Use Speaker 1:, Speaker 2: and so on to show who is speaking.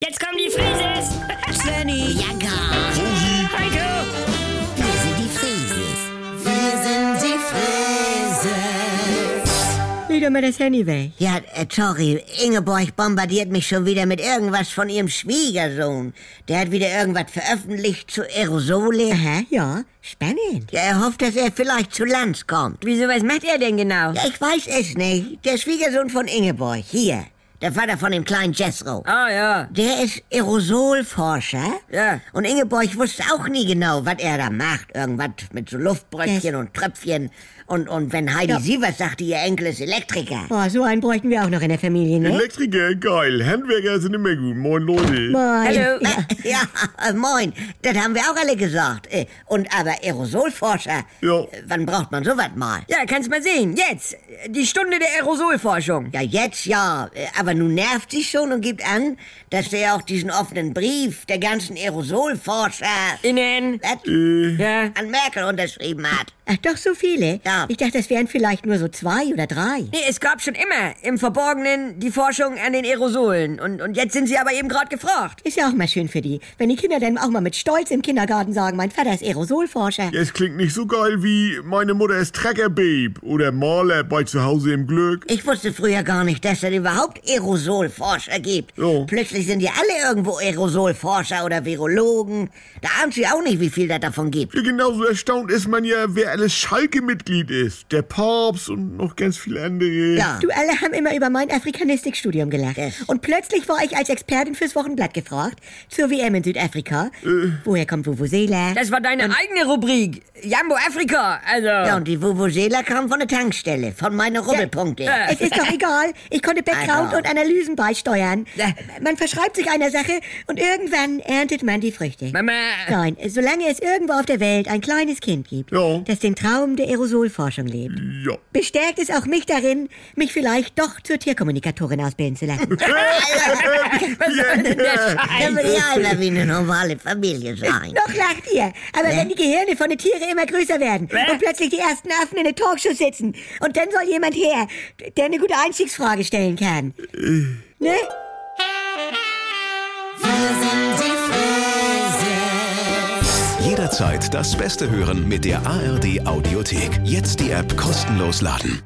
Speaker 1: Conny.
Speaker 2: Ja, gar.
Speaker 1: Heiko.
Speaker 2: Wir sind die Frieses. Wir sind die Frieses.
Speaker 1: Leg doch mal das Handy weg.
Speaker 2: Ja, äh, sorry, Ingeborg bombardiert mich schon wieder mit irgendwas von ihrem Schwiegersohn. Der hat wieder irgendwas veröffentlicht zu Aerosole.
Speaker 1: Aha, ja. Spannend.
Speaker 2: Ja, er hofft, dass er vielleicht zu Lanz kommt.
Speaker 1: Wieso, was macht er denn genau?
Speaker 2: Ja, ich weiß es nicht. Der Schwiegersohn von Ingeborg, hier. Der Vater von dem kleinen Jethro.
Speaker 1: Ah, ja.
Speaker 2: Der ist Aerosolforscher.
Speaker 1: Ja.
Speaker 2: Und Ingeborg wusste auch nie genau, was er da macht. Irgendwas mit so Luftbröckchen und Tröpfchen. Und, und wenn Heidi
Speaker 1: Ja.
Speaker 2: Sievers sagte, ihr Enkel ist Elektriker.
Speaker 1: Boah, so einen bräuchten wir auch noch in der Familie, ne?
Speaker 3: Elektriker, geil. Handwerker sind immer gut. Moin, Leute.
Speaker 1: Moin.
Speaker 2: Äh,
Speaker 1: Ja.
Speaker 2: Ja, äh, moin. Das haben wir auch alle gesagt. Äh, Und aber Aerosolforscher,
Speaker 3: Ja.
Speaker 2: äh, wann braucht man sowas mal?
Speaker 1: Ja, kannst mal sehen. Jetzt. Die Stunde der Aerosolforschung.
Speaker 2: Ja, jetzt ja. Äh, Aber nun nervt sich schon und gibt an, dass der auch diesen offenen Brief der ganzen Aerosolforscher
Speaker 1: Innen.
Speaker 2: was,
Speaker 3: Äh,
Speaker 1: Ja.
Speaker 2: an Merkel unterschrieben hat.
Speaker 1: Ach, doch so viele?
Speaker 2: Ja.
Speaker 1: Ich dachte, das wären vielleicht nur so zwei oder drei. Nee, es gab schon immer im Verborgenen die Forschung an den Aerosolen. Und, und jetzt sind sie aber eben gerade gefragt. Ist ja auch mal schön für die. Wenn die Kinder dann auch mal mit Stolz im Kindergarten sagen, mein Vater ist Aerosolforscher.
Speaker 3: es klingt nicht so geil wie meine Mutter ist Treckerbabe oder Maler bei zu Hause im Glück.
Speaker 2: Ich wusste früher gar nicht, dass es überhaupt Aerosolforscher gibt.
Speaker 3: So.
Speaker 2: Plötzlich sind ja alle irgendwo Aerosolforscher oder Virologen. Da ahnt sie auch nicht, wie viel da davon gibt.
Speaker 3: Ja, genauso erstaunt ist man ja, wer alles Schalke-Mitglied ist. Der Papst und noch ganz viele andere.
Speaker 2: Ja.
Speaker 4: Du alle haben immer über mein Afrikanistikstudium gelacht.
Speaker 2: Das-
Speaker 4: Und plötzlich war ich als Expertin fürs Wochenblatt gefragt, zur WM in Südafrika. Woher kommt Vuvuzela?
Speaker 1: Das war deine eigene Rubrik. Jambo Afrika. Also.
Speaker 2: Ja, und die Vuvuzela kam von der Tankstelle, von meinen Rubbelpunkte.
Speaker 1: Ja.
Speaker 4: es ist doch egal. Ich konnte Background
Speaker 2: Also.
Speaker 4: und Analysen beisteuern.
Speaker 1: Ja.
Speaker 4: Man verschreibt sich einer Sache und irgendwann erntet man die Früchte.
Speaker 1: Mama.
Speaker 4: Nein, solange es irgendwo auf der Welt ein kleines Kind gibt,
Speaker 3: Ja.
Speaker 4: das den Traum der Aerosolforschung lebt,
Speaker 3: Ja.
Speaker 4: bestärkt es auch mich darin, mich vielleicht doch zur Tierkommunikatorin ausbilden zu lassen.
Speaker 1: Was soll denn der Scheiß?
Speaker 2: Können wir ja immer wie eine normale Familie sein.
Speaker 4: Noch lacht ihr. Aber wenn die Gehirne von den Tieren immer größer werden
Speaker 1: Hä?
Speaker 4: und plötzlich die ersten Affen in den Talkshows sitzen und dann soll jemand her, der eine gute Einstiegsfrage stellen kann. ne?
Speaker 5: Jederzeit das Beste hören mit der ARD Audiothek. Jetzt die App kostenlos laden.